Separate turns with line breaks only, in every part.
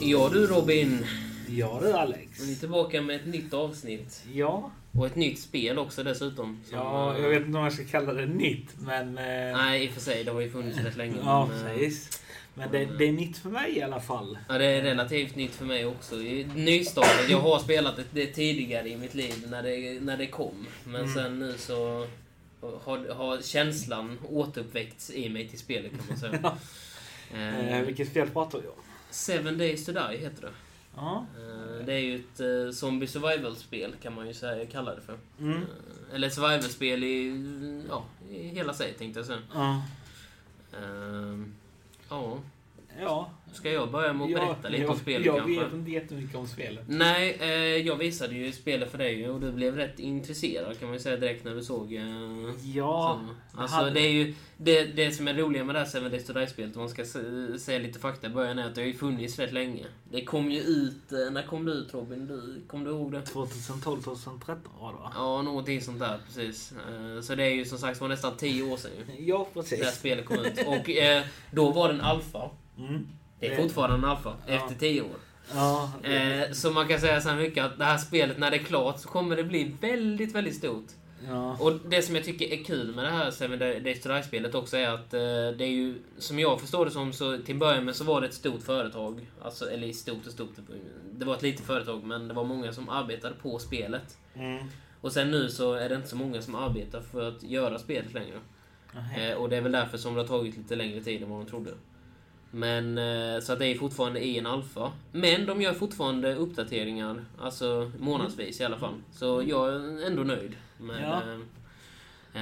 Ja du Robin,
Ja du Alex.
vi är tillbaka med ett nytt avsnitt.
Ja.
Och ett nytt spel också dessutom. som,
ja,
eh,
jag vet inte om jag ska kalla det nytt, men... eh,
Nej, i och för sig. Det har ju funnits rätt länge.
Ja,
men, eh,
precis. Men det, det är nytt för mig i alla fall.
ja, det är relativt nytt för mig också. Det är Nystartat. Jag har spelat det, det tidigare i mitt liv när det, när det kom. Men
Mm.
sen nu så har, har känslan återuppväckts i mig till spelet kan man säga.
Eh,
Eh,
vilket spel pratar vi om?
Seven Days to Die heter det.
Ja.
Eh, Det är ju ett eh, zombie survival-spel kan man ju säga, kalla det för.
Mm.
Eh, Eller ett survival-spel i, mm, ja, i hela sig tänkte jag säga.
Ja.
Ehm, Ja,
Ja.
ska jag börja med att berätta lite om spelet
jag,
kanske?
Jag vet inte jättemycket om spelet.
Nej, eh, jag visade ju spelet för dig och du blev rätt intresserad kan man ju säga direkt när du såg... eh,
Ja.
så. Alltså det är ju det, det som är roligt med det här Seven Days to Die-spelet, om man ska se- säga lite fakta i början, är att det har ju funnits rätt länge. Det kom ju ut, eh, när kom det ut Robin? Du, kom du ihåg det?
2012, 2013 var det va?
Ja, någonting sånt där precis. Eh, Så det är ju som sagt var nästan 10 år sedan ju.
Ja,
Det här
precis.
spelet kom ut. Och eh, då var den alfa.
Mm.
Det är
Det-
fortfarande en alfa,
Ja.
efter 10 år.
Ja.
Eh, så man kan säga så här mycket att det här spelet, när det är klart, så kommer det bli väldigt, väldigt stort.
ja.
Och det som jag tycker är kul med det här Seven Days to Die-spelet också är att eh, det är ju, som jag förstår det som, så till början med så var det ett stort företag. Alltså, eller stort och stort, det var ett litet företag men det var många som arbetade på spelet.
Mm.
Och sen nu så är det inte så många som arbetar för att göra spelet längre.
Nähä.
Eh, och det är väl därför som det har tagit lite längre tid än vad de trodde. Men eh, så att det är fortfarande i en alfa. Men de gör fortfarande uppdateringar, alltså månadsvis i alla fall. Så jag är ändå nöjd med
Mm. Ja.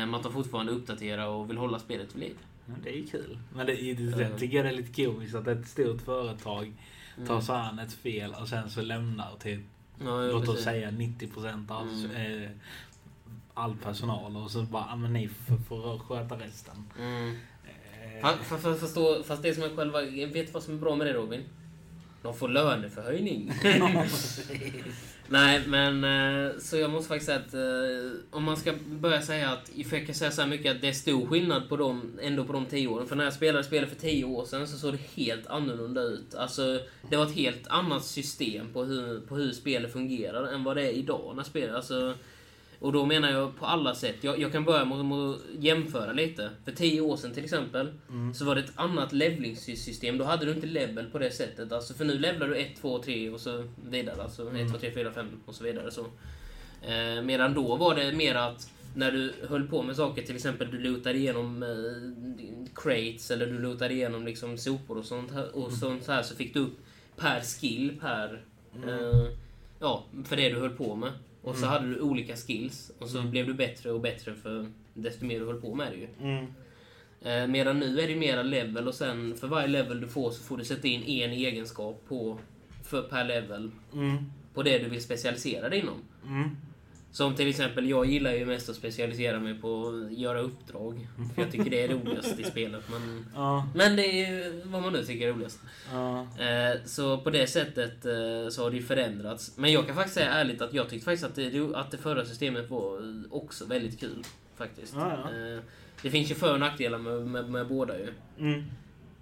eh, eh, att de fortfarande uppdaterar och vill hålla spelet vid liv.
Ja, det är ju kul. Men det, det, jag tycker det är lite komiskt att ett stort företag tar sig an ett fel och sen så lämnar till,
Mm. Ja, jo,
låt oss
precis. Mm.
säga 90% av eh, all personal och så bara, "Ah, men ni f- får sköta resten.
Mm.
Eh,
Fast, fast, fast, förstå- fast det som jag själva... jag Vet vad som är bra med det Robin? De får löneförhöjning. Nej, men eh, så jag måste faktiskt säga att eh, om man ska börja säga att, för jag kan säga så här mycket att det är stor skillnad på dem, ändå på de tio åren. För när jag spelade spelet för tio år sedan så såg det helt annorlunda ut. Alltså, det var ett helt annat system på hur, på hur spelet fungerar än vad det är idag när spelet, alltså och då menar jag på alla sätt. Jag, jag kan börja med att- med att jämföra lite. För tio år sedan till exempel, så var det ett annat levlingssystem. Då hade du inte level på det sättet. Alltså, för nu levlar du 1, 2, 3 och så vidare. Alltså 1, 2, 3, 4, 5 och så vidare. Så. Eh, medan då var det mer att när du höll på med saker, till exempel du lootade igenom eh, crates eller du lootade igenom liksom sopor och sånt här, och sånt här så fick du upp per skill, per... Eh, ja, för det du höll på med. Och så hade du olika skills och så blev du bättre och bättre för desto mer du höll på med det ju.
Mm.
Eh, medan nu är det mera level och sen för varje level du får så får du sätta in en egenskap på, för per level
Mm.
på det du vill specialisera dig inom.
Mm.
Som till exempel, jag gillar ju mest att specialisera mig på att göra uppdrag. För jag tycker det är roligast i spelet. Men,
Ja,
men det är ju vad man nu tycker är roligast.
ja.
Eh, Så på det sättet eh, så har det ju förändrats. Men jag kan faktiskt säga ärligt att jag tyckte faktiskt att det, att det förra systemet var eh, också väldigt kul. Faktiskt.
Ja, ja.
Eh, Det finns ju för och nackdelar med, med, med båda ju.
Mm.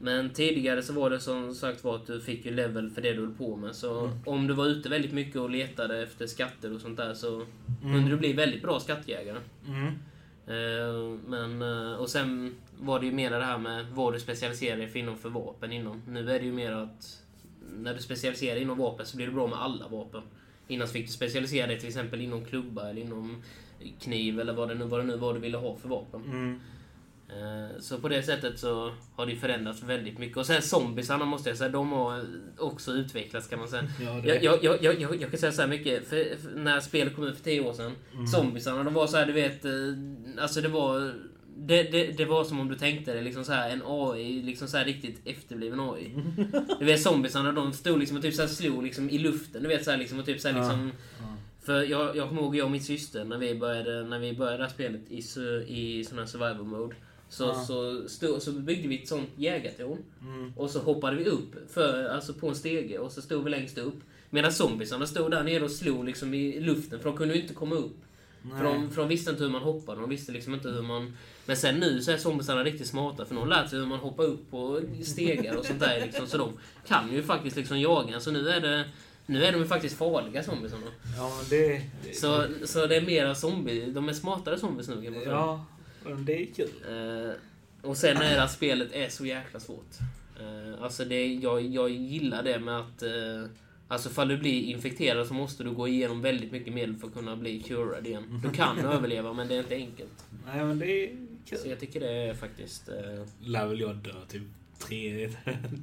Men tidigare så var det som sagt var att du fick ju level för det du höll på med. Så om du var ute väldigt mycket och letade efter skatter och sånt där så kunde du bli väldigt bra skattjägare.
Mm.
Eh, Men, eh, och sen var det ju mer det här med vad du specialiserar dig för inom för vapen inom. Nu är det ju mer att när du specialiserar dig inom vapen så blir du bra med alla vapen. Innan så fick du specialisera dig till exempel inom klubba eller inom kniv eller vad det nu, vad det nu var du ville ha för vapen.
Mm.
Eh, Så på det sättet så har det ju förändrats väldigt mycket. Och sen zombisarna måste jag säga, de har också utvecklats kan man säga.
Ja, det-
jag, jag, jag, jag, jag, jag kan säga så här mycket, för, för när spelet kom ut för 10 år sedan.
Mm.
Zombisarna, de var så här, du vet, eh, alltså det var... Det, det, det var som om du tänkte dig liksom så här, en AI, liksom så här riktigt efterbliven AI. Du vet zombisarna, de stod liksom och typ så här slog liksom i luften. Du vet så här liksom och typ så här
Ja.
liksom... För jag, jag kommer ihåg jag och min syster när vi började, när vi började det här spelet i, su- i sån här survival mode. Så,
Ja.
så, stod, så byggde vi ett sånt jägartorn.
Mm.
Och så hoppade vi upp för, alltså på en stege och så stod vi längst upp. Medan zombisarna stod där nere och slog liksom i luften för de kunde ju inte komma upp. För de, för de visste inte hur man hoppade, de visste liksom inte hur man... Men sen nu så är zombisarna riktigt smarta för de har lärt sig hur man hoppar upp på stegar och sånt där liksom. Så de kan ju faktiskt liksom jaga. Så nu är det... Nu är de ju faktiskt farliga zombiesarna.
Ja, men det... det
Så, så det är mera zombie... De är smartare zombies nu kan man säga.
ja, men det är kul.
Eh, och sen är det att spelet är så jäkla svårt. Eh, alltså det, jag, jag gillar det med att... Eh, alltså ifall du blir infekterad så måste du gå igenom väldigt mycket medel för att kunna bli curad igen. Du kan överleva men det är inte enkelt.
Nej, men det är
Så
kul.
jag tycker det är faktiskt... Eh,
Lär väl jag dö typ tre-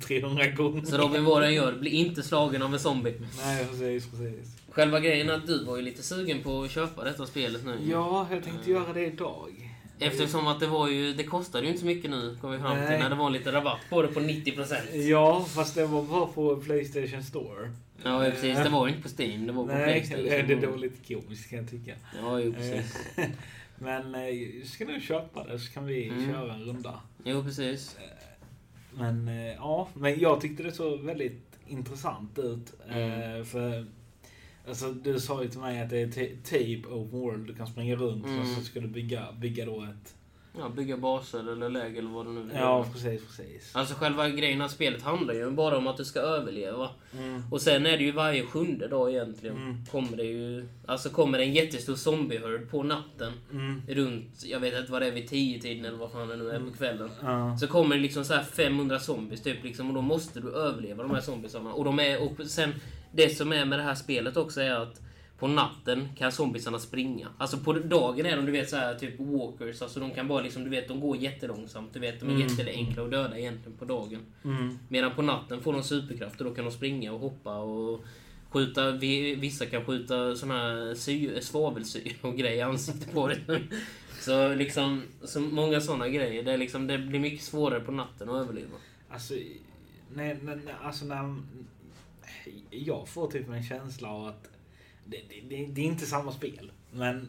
300 gånger.
så Robin, vad du än gör, bli inte slagen av en zombie.
Nej, precis, precis.
Själva grejen är att du var ju lite sugen på att köpa detta spelet nu.
Ja, jag tänkte
Mm.
göra det idag.
Eftersom att det var ju... Det kostade ju inte så mycket nu, kom vi fram till,
Nej.
när det var lite rabatt på det på 90%.
Ja, fast det var bara på Playstation Store.
Ja, precis. Det var ju inte på Steam, det var på
Nej,
Playstation.
det är då lite komiskt kan jag tycka.
Ja, jo precis.
Eh, Men eh, jag ska nu köpa det så kan vi
Mm.
köra en runda.
Jo, precis.
Men eh, ja, men jag tyckte det såg väldigt intressant ut. Eh,
Mm.
För alltså, du sa ju till mig att det är ty- typ open world. Du kan springa runt
Mm.
och så ska du bygga, bygga då ett...
Ja, bygga baser eller läger eller vad det nu är.
Ja, precis, precis.
Alltså själva grejen av spelet handlar ju bara om att du ska överleva.
Mm.
Och sen är det ju varje sjunde dag egentligen.
Mm.
Kommer det ju... Alltså kommer det en jättestor zombiehörd på natten.
Mm.
Runt, jag vet inte vad det är, vid tio tiden eller vad fan det nu är på kvällen.
Ja.
Så kommer det liksom så här 500 zombies typ liksom, och då måste du överleva de här zombiesarna. Och, de är, och sen, det som är med det här spelet också är att på natten kan zombiesarna springa. Alltså på dagen är de du vet så här typ walkers, alltså de kan bara liksom, du vet de går jättelångsamt. Du vet de är jätteenkla att döda egentligen på dagen.
Mm.
Medan på natten får de superkrafter, då kan de springa och hoppa och skjuta, vi- vissa kan skjuta sån här sy- svavelsyra och grejer i ansiktet på dig. Så liksom, så många såna grejer. Det, är liksom, det blir mycket svårare på natten att överleva.
Alltså, nej, nej, nej, alltså när... Jag får typ en känsla av att det, det, det, det är inte samma spel. Men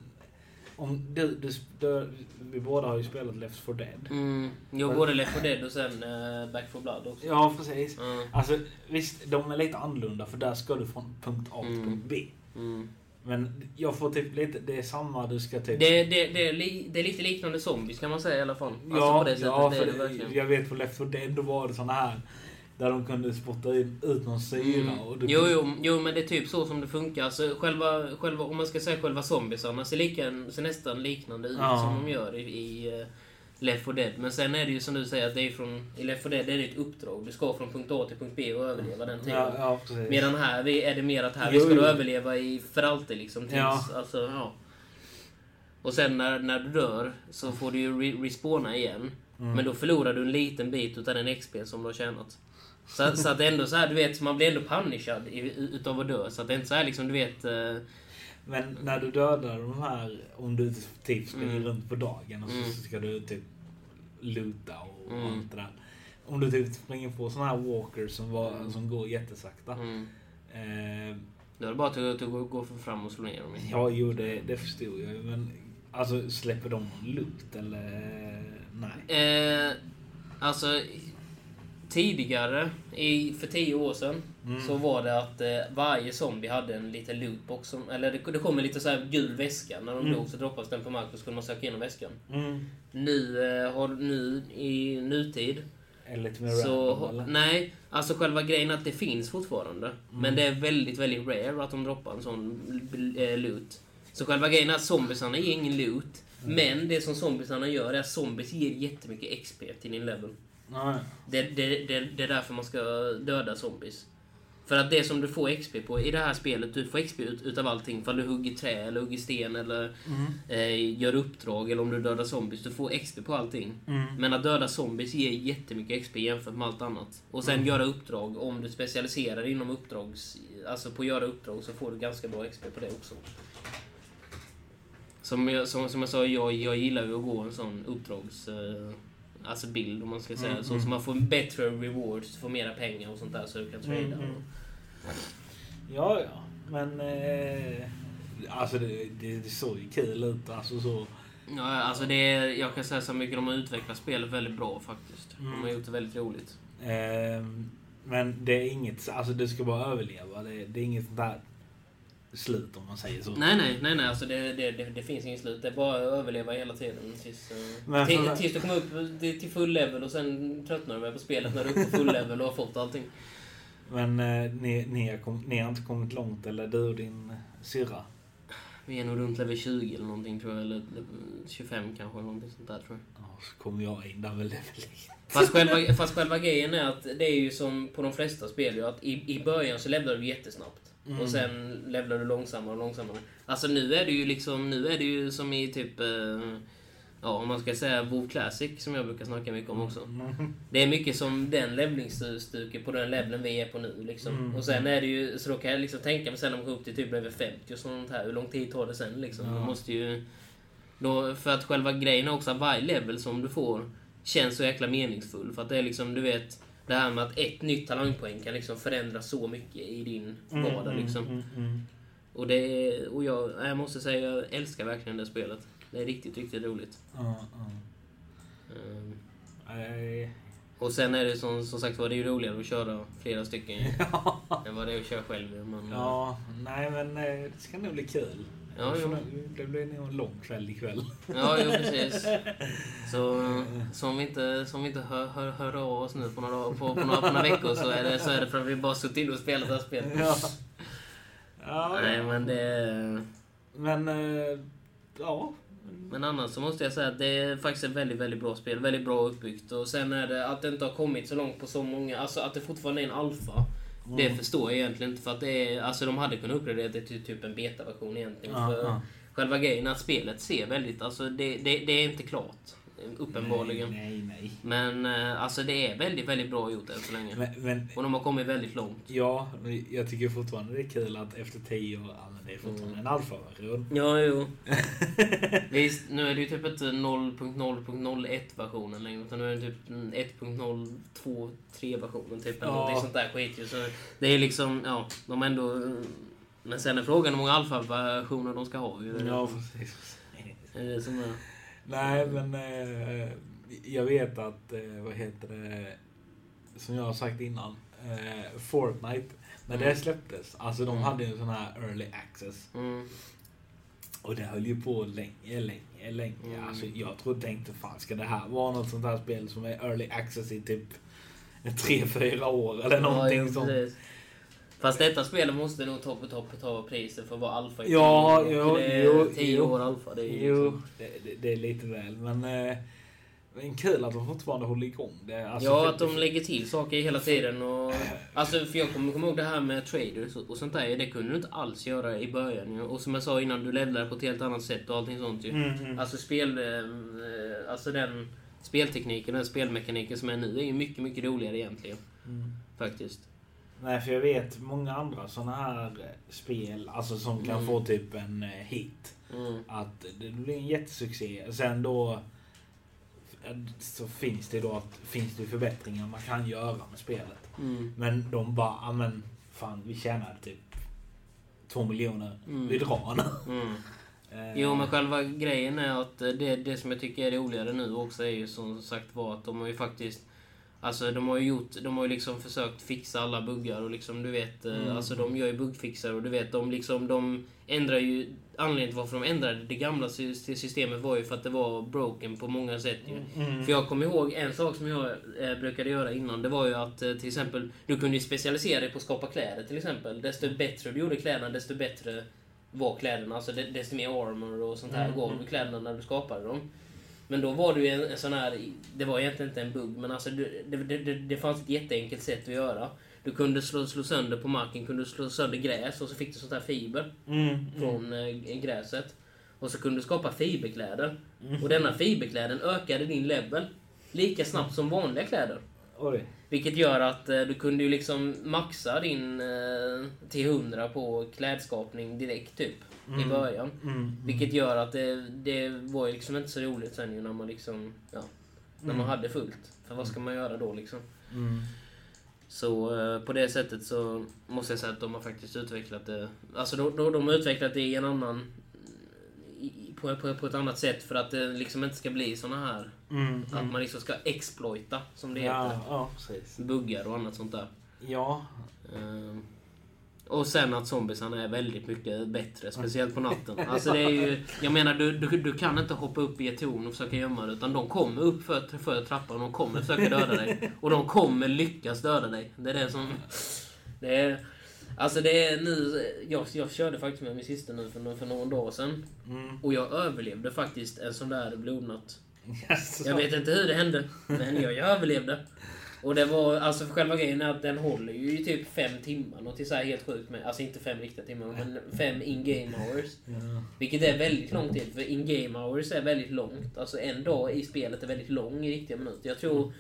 om du, du, du, vi båda har ju spelat Left 4 Dead.
Mm, jag både Left 4 Dead och sen eh, Back 4 Blood också.
Ja, precis.
Mm,
Alltså, visst, de är lite annorlunda för där ska du från punkt A till
Mm.
punkt B.
mm.
Men jag får typ lite, det är samma, du ska typ...
Det, det, det, är li, det är lite liknande zombies kan man säga i alla fall. Alltså
ja,
på det sättet.
ja
det är det
för
verkligen.
jag vet på Left 4 Dead då var det såna här där de kunde spotta in, ut någon syra och du
Mm. Jo, jo, jo, men det är typ så som det funkar. Alltså, själva, själva, om man ska säga själva zombiesarna ser, lika, ser nästan liknande ut
Ja.
som de gör i, i eh, Left 4 Dead. Men sen är det ju som du säger, att det är från, i Left 4 Dead är det ett uppdrag. Du ska från punkt A till punkt B och överleva den tiden.
Ja, ja, precis.
Medan här vi, är det mer att här
Jo,
vi ska
jo.
överleva i, för alltid. Liksom, tills,
Ja.
Alltså, ja. Och sen när, när du dör så får du ju re- respawna igen.
Mm.
Men då förlorar du en liten bit utav den XP som du har tjänat. Så, så att ändå så här, du vet, man blir ändå punishad i, utav att dö. Så att det är inte så här liksom, du vet... eh,
Men när du dödar de här, om du typ springer
Mm.
runt på dagen och så,
Mm.
så ska du typ luta och
Mm.
allt det där. Om du typ springer på såna här walkers som, var, som går jättesakta.
Mm,
Eh,
då är det bara att, att gå, gå fram och slå ner dem.
ja, jo det, det förstod jag ju. Men alltså släpper de lukt eller? Nej.
Eh, alltså, tidigare, i, för tio år sedan, så var det att eh, varje zombie hade en liten lootbox. Som, eller det, det kom en liten så här gul väska. När de dog så droppades den på marken och så kunde man söka igenom väskan.
Mm.
Nu, eh, har, nu i nutid
Eller lite mer
så...
random, eller?
Nej, alltså själva grejen är att det finns fortfarande.
Mm.
Men det är väldigt, väldigt rare att de droppar en sån eh, loot. Så själva grejen är att zombiesarna ger ingen loot.
Mm.
Men det som zombiesarna gör är att zombies ger jättemycket XP till din level.
Nej.
Det, det, det, det är därför man ska döda zombies. För att det som du får XP på i det här spelet, du får XP ut, utav allting. Ifall du hugger trä eller hugger sten eller
Mm.
eh, gör uppdrag eller om du dödar zombies. Du får XP på allting. Men att döda zombies ger jättemycket XP jämfört med allt annat. Och sen
Mm.
göra uppdrag, om du specialiserar dig inom uppdrags... Alltså på att göra uppdrag så får du ganska bra XP på det också. Som jag, som, som jag sa, jag, jag gillar ju att gå en sån uppdrags... Eh, alltså bild om man ska
Mm,
säga så. Så man får bättre rewards, du får mera pengar och sånt där så du kan trada.
Mm, mm. Ja, ja. Men... Eh, alltså det, det, det såg ju kul ut. Alltså så.
Ja, alltså det är, jag kan säga så mycket, de har utvecklat spelet väldigt bra faktiskt. De har
Mm.
gjort det väldigt roligt.
Ehm, men det är inget, alltså du ska bara överleva. Det, det är inget sånt där slut om man säger så.
Nej, nej, nej, nej. Alltså det, det, det, det finns inget slut. Det är bara att överleva hela tiden. Tills, eh,
Men alltså-
till,
för-
tills du kommer upp till till full level och sen tröttnar du väl på spelet när du är uppe på full level och har fått allting.
Men eh, ni, ni, har kom, ni har inte kommit långt, eller du och din syrra?
Vi är nog runt level 20 eller någonting tror jag. Eller level 25 kanske. eller Någonting sånt där tror jag.
Ja, så kommer jag in där väl level
Fast själva, fast själva grejen är att det är ju som på de flesta spel ju att i, i början så levlar du jättesnabbt.
Mm.
Och sen levlar du långsammare och långsammare. Alltså nu är det ju liksom, nu är det ju som i typ, eh, ja om man ska säga WoW Classic som jag brukar snacka mycket om också.
Mm.
Det är mycket som den levlingsstuken på den leveln vi är på nu liksom.
Mm.
Och sen är det ju, så då kan jag liksom tänka mig sen om man går upp till typ level 50 och sånt här, hur lång tid tar det sen liksom?
Ja.
Du måste ju... Då, för att själva grejen är också att varje level som du får känns så jäkla meningsfull. För att det är liksom, du vet, det här med att ett nytt talangpoäng kan liksom förändra så mycket i din vardag liksom.
Mm, mm.
Och, det, är- och jag, jag måste säga, jag älskar verkligen det spelet. Det är riktigt, riktigt roligt.
Ja, ja.
Ehm,
Nej.
Och sen är det som, som sagt var, det är ju roligare att köra flera stycken ju. än vad det är att köra själv. Man,
Ja, nej men eh, det ska nog bli kul.
Ja,
Det får
jo.
nog- Det blir nog en lång kväll ikväll.
ja, jo precis. Så som vi inte, som vi inte hör, hör, hör av oss nu på några, på, på några, på några veckor så är, det, så är det för att vi bara suttit och spelat det här spelet.
Ja. ja.
Nej, men det...
Men, eh, ja.
Men annars så måste jag säga att det är faktiskt ett väldigt, väldigt bra spel. Väldigt bra uppbyggt. Och sen är det att det inte har kommit så långt på så många... Alltså att det fortfarande är en alfa. Det förstår jag egentligen inte för att det är... Alltså de hade kunnat uppgradera det till typ en betaversion egentligen.
Ja,
för
ja.
Själva grejen är att spelet ser väldigt... Alltså det, det, det är inte klart. Uppenbarligen.
Nej, nej.
Men eh, alltså det är väldigt, väldigt bra gjort än så länge.
nej. Men, men
Och de har kommit väldigt långt.
ja, men jag tycker fortfarande det är kul att efter 10 år, ja men det är
Mm.
fortfarande en alfaversion.
Ja, jo. Visst, nu är det ju typ inte 0.0.01-versionen längre, utan nu är det typ 1.023-versionen, typ. Eller
Ja.
någonting sånt där skit ju. Så det är liksom, ja, de har ändå... Men sen är frågan hur många alfa-versioner de ska ha ju.
Ja, precis.
Det är det som är...
Mm. Nej, men eh, jag vet att, eh, vad heter det, som jag har sagt innan, eh, Fortnite, när det
Mm.
släpptes, alltså de
Mm.
hade ju en sån här early access.
Mm.
Och det höll ju på länge, länge, länge.
Mm.
Alltså jag trodde, tänkte fan ska det här vara något sånt här spel som är early access i typ 3-4 år eller någonting
ja, jo,
sånt.
precis. Fast detta spelet måste nog ta, ta, ta priset för att vara alfa i
Ja,
tio år.
jo,
För det är
jo,
tio
jo.
år alfa. Det är ju
Jo,
liksom-
det, det, det är lite väl men... Eh, men kul att de fortfarande håller igång det. Alltså,
ja,
för-
att de lägger till saker hela tiden. Och, alltså, för jag kommer komma ihåg det här med traders och, och sånt där. Det kunde du inte alls göra i början. Ju. Och som jag sa innan, du levlar på ett helt annat sätt och allting sånt. Ju.
Mm, mm.
Alltså spel... eh, Alltså den speltekniken, den spelmekaniken som är nu är ju mycket, mycket roligare egentligen.
Mm.
Faktiskt.
Nej, för jag vet många andra såna här spel alltså som kan
Mm.
få typ en eh, hit.
Mm.
Att det blir en jättesuccé. Sen då eh, så finns det då att, finns det förbättringar man kan göra med spelet.
Mm.
Men de bara, "Ah, men fan vi tjänar typ två miljoner.
Mm.
Vi drar nu.
Mm.
Eh,
Jo, men själva grejen är att eh, det, det som jag tycker är roligare nu också är ju som sagt var att de har ju faktiskt... Alltså de har ju gjort, de har ju liksom försökt fixa alla buggar och liksom du vet, eh,
Mm.
alltså de gör ju buggfixar och du vet de liksom, de ändrar ju... Anledningen till varför de ändrade det gamla sy- sy- systemet var ju för att det var broken på många sätt ju.
Mm.
För jag kommer ihåg en sak som jag eh, brukade göra innan. Det var ju att eh, till exempel, du kunde ju specialisera dig på att skapa kläder till exempel. Desto bättre du gjorde kläderna, desto bättre var kläderna. Alltså de- desto mer armor och sånt här
Mm,
gav
mm.
du kläderna när du skapade dem. Men då var det ju en, en sån här, det var egentligen inte en bugg, men alltså det, det, det, det- det fanns ett jätteenkelt sätt att göra. Du kunde slå, slå sönder på marken, kunde slå sönder gräs och så fick du sånt här fiber
Mm.
från eh, gräset. Och så kunde du skapa fiberkläder.
Mm.
Och denna fiberkläden ökade din level lika snabbt som vanliga kläder.
Oj.
Vilket gör att eh, du kunde ju liksom maxa din eh, till 100 på klädskapning direkt typ i
Mm.
början.
Mm.
Vilket gör att det, det var ju liksom inte så roligt sen ju när man liksom, ja, när man
Mm.
hade fullt. För vad ska man göra då liksom?
Mm.
Så eh, på det sättet så måste jag säga att de har faktiskt utvecklat det. Alltså de, de, de har utvecklat det i en annan... I, i- på, på, på ett annat sätt för att det liksom inte ska bli såna här...
Mm.
Att man liksom ska exploita, som det heter.
Ja, ja, precis.
Buggar och annat sånt där.
Ja,
Eh, Och sen att zombiesarna är väldigt mycket bättre, speciellt på natten. Alltså det är ju, jag menar, du, du, du kan inte hoppa upp i ett torn och försöka gömma dig. Utan de kommer upp för, för trappan och de kommer försöka döda dig. Och de kommer lyckas döda dig. Det är det som... Det är, alltså det är nu... Jag, jag körde faktiskt med min syster nu för, nå- för någon dag sedan.
Mm.
Och jag överlevde faktiskt en sån där blodnatt.
Jaså.
Jag vet inte hur det hände, men jag överlevde. Och det var, alltså för själva grejen är att den håller ju i typ fem timmar. Något så här helt sjukt med. Alltså inte fem riktiga timmar, men fem in-game hours.
Ja.
Vilket är väldigt lång tid, för in-game hours är väldigt långt. Alltså en dag i spelet är väldigt lång i riktiga minuter. Jag tror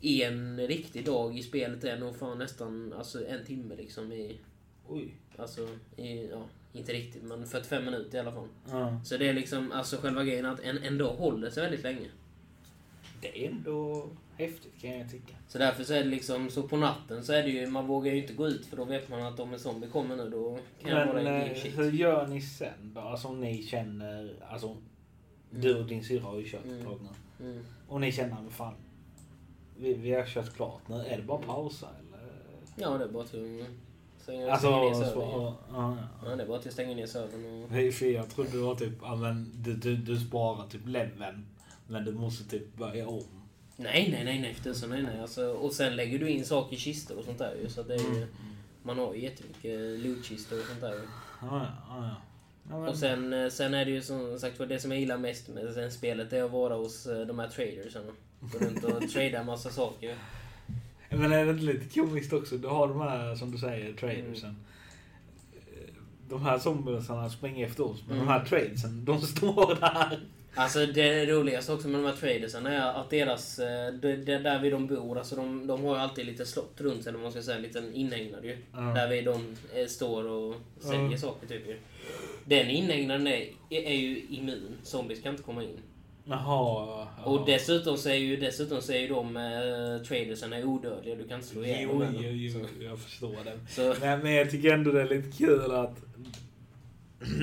en riktig dag i spelet är nog fan nästan alltså en timme liksom i...
Oj.
Alltså, i, ja, inte riktigt, men 45 minuter i alla fall.
Ja.
Så det är liksom, alltså själva grejen är att en, en dag håller sig väldigt länge.
Det är ändå häftigt kan jag tycka.
Så därför så är det liksom, så på natten så är det ju, man vågar ju inte gå ut för då vet man att om en zombie kommer nu då kan jag vara
Men
i
eh,
deep shit.
hur gör ni sen då? Alltså om ni känner... Alltså, du och din syrra har ju kört ett
Mm.
tag nu.
Mm.
Och ni känner, men fan. Vi, vi har kört klart nu. Är det bara pausa eller?
Ja, det är bara till att eh, stänga
Alltså,
stänga ner
så,
servern.
ja, ja.
Ja, det är bara till att stänga ner servern och...
Nej, för jag trodde det var typ, ja, men du, du, du sparar typ leveln. Men du måste typ börja om.
Nej, nej, nej, nej, för tusan, nej, nej. Alltså, och sen lägger du in saker i kistor och sånt där ju. Så att det är ju,
Mm.
man har ju jättemycket lootkistor och sånt där ju.
Ja, ja, ja. ja. men-
Och sen, eh, sen är det ju som sagt var det som jag gillar mest med sen spelet är att vara hos eh, de här tradersen. Gå runt och trada massa saker.
Men är det inte lite komiskt också? Du har de här, som du säger, tradersen. Mm. De här zombiesarna springer efter oss, men
Mm.
de här tradersen, de står där.
Alltså det roligaste också med de här tradersen är att deras, eh, det, det där vid de bor, alltså de, de har ju alltid lite slott runt sig, eller vad man ska säga, en liten inhägnad ju.
Ja.
Där vid de eh, står och säljer
Ja.
saker typ ju. Den inhägnaden är, är ju immun, zombies kan inte komma in.
Jaha. ja.
Och dessutom så är ju, dessutom så är ju de eh, tradersen är odödliga, du kan inte slå ihjäl
Jo,
dem.
jo,
ännu.
jo, jag förstår det.
Så,
Men, men jag tycker ändå det är lite kul att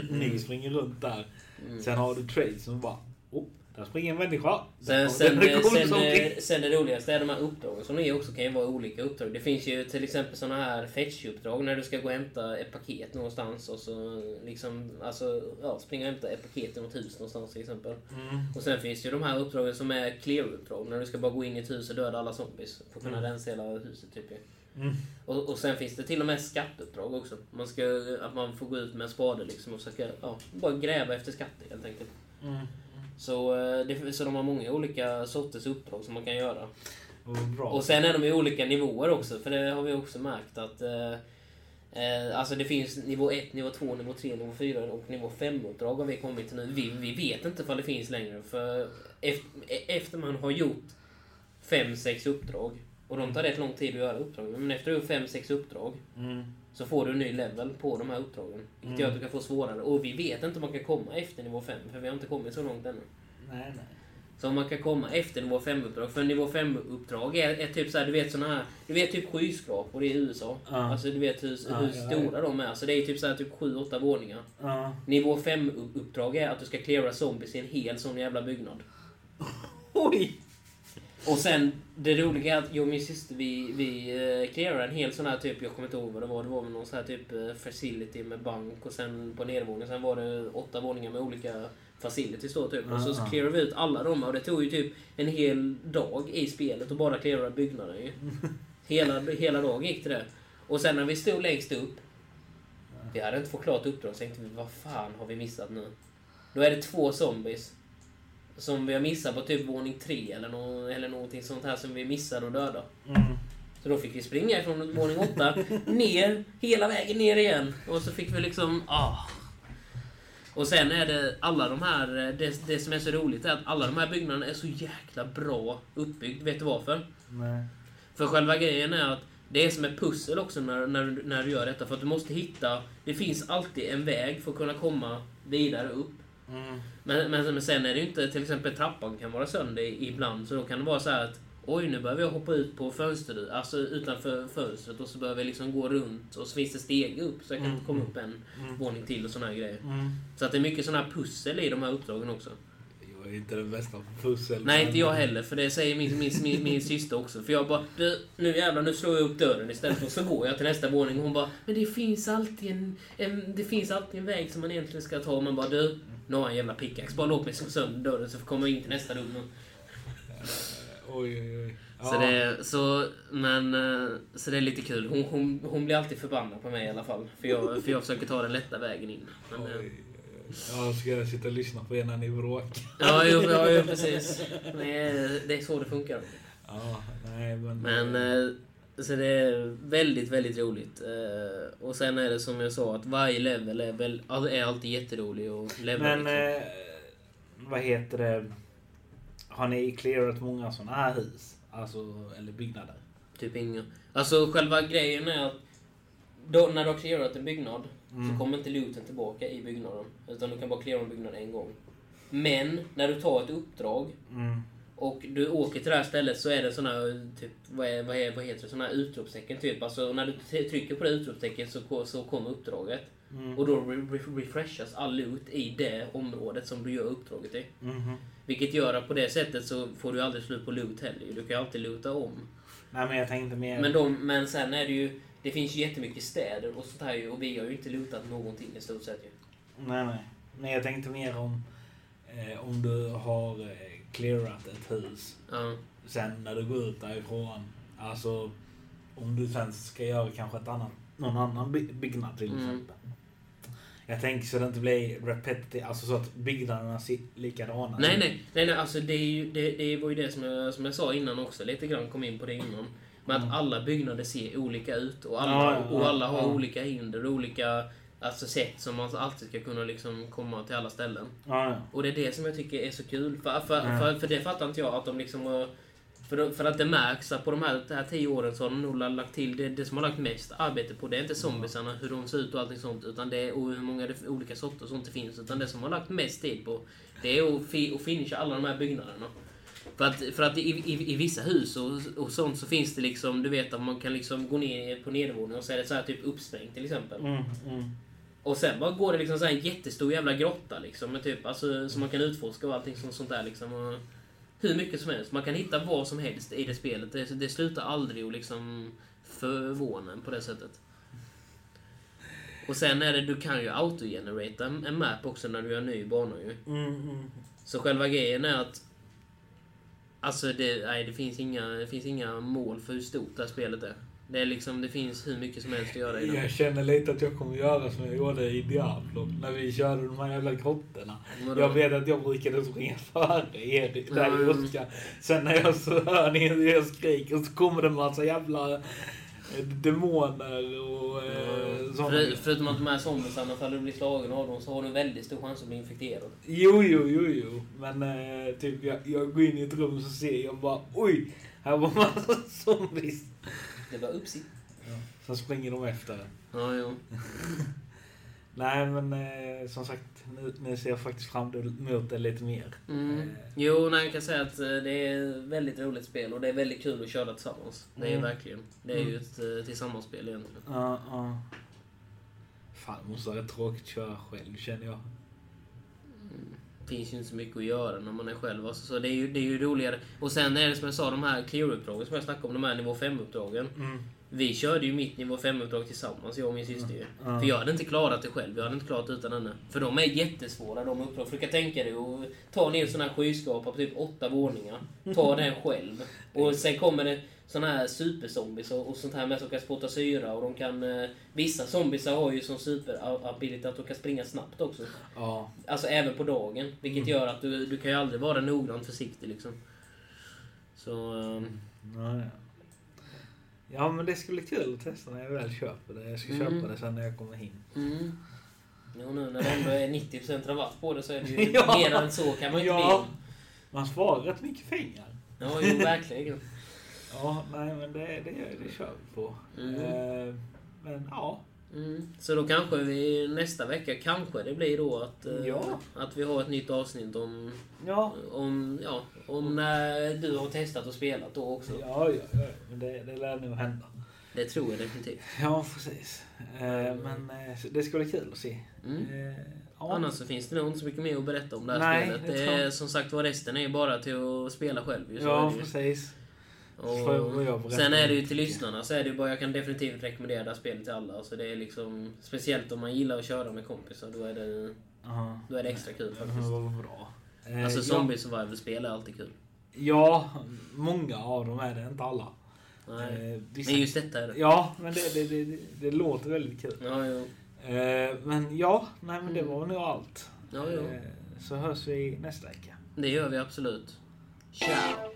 ni springer runt där.
mm.
Sen har du trades som bara... Oh, där springer en människa.
Sen,
Och
sen,
den
sen,
kom
sen,
som
eh,
till-
sen det roligaste är de här uppdragen som ni också kan ju vara olika uppdrag. Det finns ju till exempel såna här fetch-uppdrag när du ska gå och hämta ett paket någonstans och så liksom, alltså, ja, springa och hämta ett paket i något hus någonstans till exempel.
Mm.
Och sen finns det ju de här uppdragen som är clear-uppdrag när du ska bara gå in i ett hus och döda alla zombies för att kunna rensa hela huset typ. ju.
Mm.
Och, och sen finns det till och med skatteuppdrag också. Man ska, att man får gå ut med en spade liksom och försöka, ja, bara gräva efter skatter helt enkelt.
Mm.
Så, eh, det, så de har många olika sorters uppdrag som man kan göra.
Vad Bra.
Och sen är de i olika nivåer också, för det har vi också märkt att eh, eh, Alltså det finns nivå 1, nivå 2, nivå 3, nivå 4 och nivå 5-uppdrag har vi kommit till nu. Vi, vi vet inte ifall det finns längre, för efter, efter man har gjort 5-6 uppdrag, och de tar rätt lång tid att göra uppdragen, men efter du har 5-6 uppdrag
Mm.
så får du en ny level på de här uppdragen. Vilket gör att du kan få svårare. Och vi vet inte om man kan komma efter nivå 5, för vi har inte kommit så långt ännu.
Nej, nej.
Som man kan komma efter nivå 5-uppdrag. För nivå 5-uppdrag är, är typ såhär, du vet såna här, du vet typ skyskrapor i USA.
Ja.
Alltså du vet hur,
Ja,
hur
ja, ja.
stora de är. Så det är typ såhär typ 7-8 våningar.
Ja.
Nivå 5-uppdrag är att du ska cleara zombies i en hel sån jävla byggnad.
Oj!
Och sen, det roliga är att jag och min syster vi, vi eh, clearade en hel sån här typ, jag kommer inte ihåg vad det var, det var väl någon sån här typ eh, facility med bank och sen på nedervåningen, sen var det åtta våningar med olika facilities då typ. Och så, så
Ah.
clearade vi ut alla dem och det tog ju typ en hel dag i spelet och bara clearade byggnaden ju. Hela, hela dagen gick till det. Och sen när vi stod längst upp, vi hade inte fått klart uppdrag, så tänkte vi vad fan har vi missat nu? Då är det två zombies som vi har missat på typ våning tre eller, nå eller någonting sånt här som vi missade och döda.
Mm.
Så då fick vi springa från våning åtta ner, hela vägen ner igen. Och så fick vi liksom, ah. Och sen är det alla de här, eh, det, det som är så roligt är att alla de här byggnaderna är så jäkla bra uppbyggd. Vet du varför?
Nej.
För själva grejen är att det är som ett pussel också när, när, du- när du gör detta. För att du måste hitta, det finns alltid en väg för att kunna komma vidare upp.
Mm.
Men, men, men sen är det ju inte, till exempel trappan kan vara sönder i- ibland. Så då kan det vara så här att oj nu behöver jag hoppa ut på fönstret, alltså utanför fönstret och så behöver jag liksom gå runt och så finns det steg upp så jag kan inte komma upp en våning till och såna här grejer.
Mm.
Så att det är mycket såna här pussel i de här uppdragen också.
Jo, är inte den bästa på pussel.
Nej,
men-
inte jag heller. För det säger min, min, min, min syster också. För jag bara, du, nu jävlar, nu slår jag upp dörren istället. Och så går jag till nästa våning. Och hon bara, men det finns alltid en, en, det finns alltid en väg som man egentligen ska ta. Och man bara, du, nu har jag en jävla pickaxe. Bara låt mig slå sönder dörren så kommer jag in till nästa rum.
Oj, oj, oj. Ja,
Så, det, så, men, eh, så det är lite kul. Hon, hon, hon blir alltid förbannad på mig i alla fall. För jag, för jag försöker ta den lätta vägen in. Men, eh,
oj. Ja, ska jag sitta och lyssna på er när ni bråkar?
ja, jo, ja, jo, precis. Det är, det är så det funkar.
Ja, nej men...
Men eh, så det är väldigt, väldigt roligt. Eh, Och sen är det som jag sa att varje level är, väl, all- är alltid jätterolig och levla. liksom.
Men eh, vad heter det? Har ni clearat många sådana här hus? Alltså, eller byggnader?
Typ inga. Alltså själva grejen är att då, när du har clearat en byggnad
Mm.
så kommer inte looten tillbaka i byggnaden. Utan du kan bara cleara en byggnad en gång. Men när du tar ett uppdrag
Mm.
och du åker till det här stället så är det sån här, typ, vad, är, vad, är, vad heter det, sån här utropstecken typ. Alltså när du t- trycker på det utropstecken så, ko- så kommer uppdraget.
Mm.
Och då re- re- refreshas all loot i det området som du gör uppdraget i.
Mhm.
Vilket gör att på det sättet så får du aldrig slut på loot heller. Du kan ju alltid loota om.
Nej, men jag tänkte mer...
Men, de, men sen är det ju... Det finns ju jättemycket städer och sånt här ju, och vi har ju inte lootat någonting i stort sett ju.
Nej, nej. Nej, jag tänkte mer om eh, om du har eh, clearat ett hus.
Ja.
Sen när du går ut därifrån. Alltså, om du sen ska göra kanske ett annat, någon annan by- byggnad till
Mm.
exempel. Jag tänker så det inte blir repetitivt, alltså så att byggnaderna ser likadana ut.
Nej, nej, nej, nej alltså det, är ju, det, det var ju det som jag, som jag sa innan också, lite grann kom in på det innan. Men att alla byggnader ser olika ut och alla,
Mm. Ja, ja,
och alla har
ja.
olika hinder och olika alltså, sätt som man alltid ska kunna liksom komma till alla ställen.
Ja, ja.
Och det är det som jag tycker är så kul. För, för,
Mm.
för, för det fattar inte jag att de liksom har... För, för att det märks att på de här, de här tio åren så har de nog lagt till det, det som har lagt mest arbete på. Det är inte zombiesarna, hur de ser ut och allting sånt. Utan det är, och hur många def- olika sorter och sånt det finns. Utan det som har lagt mest tid på det är att, fi, att finisha alla de här byggnaderna. För att, för att i, i, i vissa hus och, och sånt så finns det liksom, du vet att man kan liksom gå ner på nedervåningen och så är det så här typ uppsprängt till exempel.
Mm, mm.
Och sen bara går det liksom så här en jättestor jävla grotta liksom. Med typ, alltså, som man kan utforska och allting sånt, sånt där liksom. Och hur mycket som helst. Man kan hitta vad som helst i det spelet. Det, det slutar aldrig att liksom förvåna en på det sättet. Och sen är det, du kan ju autogenerata en en map också när du gör en ny bana ju.
Mm, mm.
Så själva grejen är att... Alltså det, nej, det, finns inga, det finns inga mål för hur stort det här spelet är. Det, är liksom, det finns hur mycket som helst att göra i det.
Jag känner lite att jag kommer göra som jag gjorde i Diablo när vi körde de här jävla grottorna.
Vadå?
Jag vet att jag brukade springa före er där i
Mm.
buskan. Sen när jag så hör ni hur jag skriker så kommer det en massa jävla eh, demoner och eh, sånt.
För, förutom att de här zombiesarna, ifall du blir slagen av dem så har du en väldigt stor chans att bli infekterad.
Jo, jo, jo, jo. Men eh, typ jag, jag går in i ett rum så ser jag bara oj, här var massa zombies.
Det var uppsikt.
Sen springer de efter en.
Ja, jo.
Nej, men eh, som sagt, nu, nu ser jag faktiskt fram emot det lite mer.
Mm.
Eh,
Jo, nej, jag kan säga att eh, det är ett väldigt roligt spel och det är väldigt kul att köra tillsammans. Det är
Mm.
verkligen. Det är ju
Mm.
ett eh, tillsammanspel egentligen.
Ja, ja. Fan, det måste vara rätt tråkigt att köra själv känner jag.
Det finns ju inte så mycket att göra när man är själv. Alltså, så det är, ju, det är ju roligare. Och sen är det som jag sa, de här clear-uppdragen som jag snackade om, de här nivå 5-uppdragen.
Mm.
Vi körde ju mitt nivå 5-uppdrag tillsammans, jag och min syster ju.
Ja.
För jag hade inte klarat det själv, jag hade inte klarat det utan henne. För de är jättesvåra de uppdragen. För du kan tänka dig att ta ner såna här skyskrapa på typ åtta våningar. Ta den själv. Och sen kommer det såna här superzombies och, och sånt här med som kan spotta syra och de kan... Eh, vissa zombies har ju som superabilitet att de kan springa snabbt också.
Ja.
Alltså även på dagen. Vilket gör att du, du kan ju aldrig vara noggrant försiktig liksom. Så... ehm,
Ja, ja. ja, men det ska bli kul att testa när jag väl köper det. Jag ska
Mm.
köpa det sen när jag kommer hem.
Mm. Jo, nu när det ändå är 90% rabatt på det så är det ju
Ja.
mer än så kan man ju inte
Ja.
ja.
Man sparar rätt mycket pengar.
Ja, jo, verkligen.
Ja, nej men det, det, det kör vi på.
Mm.
Eh, men ja.
Mm. Så då kanske vi nästa vecka, kanske det blir då att, eh,
Ja.
att vi har ett nytt avsnitt om,
Ja. Mm.
om, ja, om när du har testat och spelat då också.
Ja, ja, ja. Men det, det lär nog hända.
Det tror jag definitivt.
Ja, precis. Eh, men eh, det ska bli kul att se.
Mm.
Eh, Ja.
Annars så finns det nog inte så mycket mer att berätta om det här
Nej,
spelet.
det
Det
tror
är,
jag.
som sagt var, resten är ju bara till att spela själv. Ju, så
Ja,
är det ju.
precis. Så får jag- får jag
Och
berätta
sen är det ju till
mycket.
lyssnarna så är det ju bara, jag kan definitivt rekommendera det här spelet till alla. Så det är liksom, speciellt om man gillar att köra med kompisar, då är det,
Ja.
då är det extra kul
Men
faktiskt.
vad bra. Mm. Eh,
Alltså
ja.
zombie survival-spel är alltid kul.
Ja, många av dem är det. Inte alla.
Nej.
Eh, vissa-
Men just detta är det.
Ja, men det, det, det, det, det låter väldigt kul.
Ja, jo.
Eh, men ja, nej men det var nog allt.
Mm. Ja, jo.
Eh, så hörs vi nästa vecka.
Det gör vi absolut. Ciao!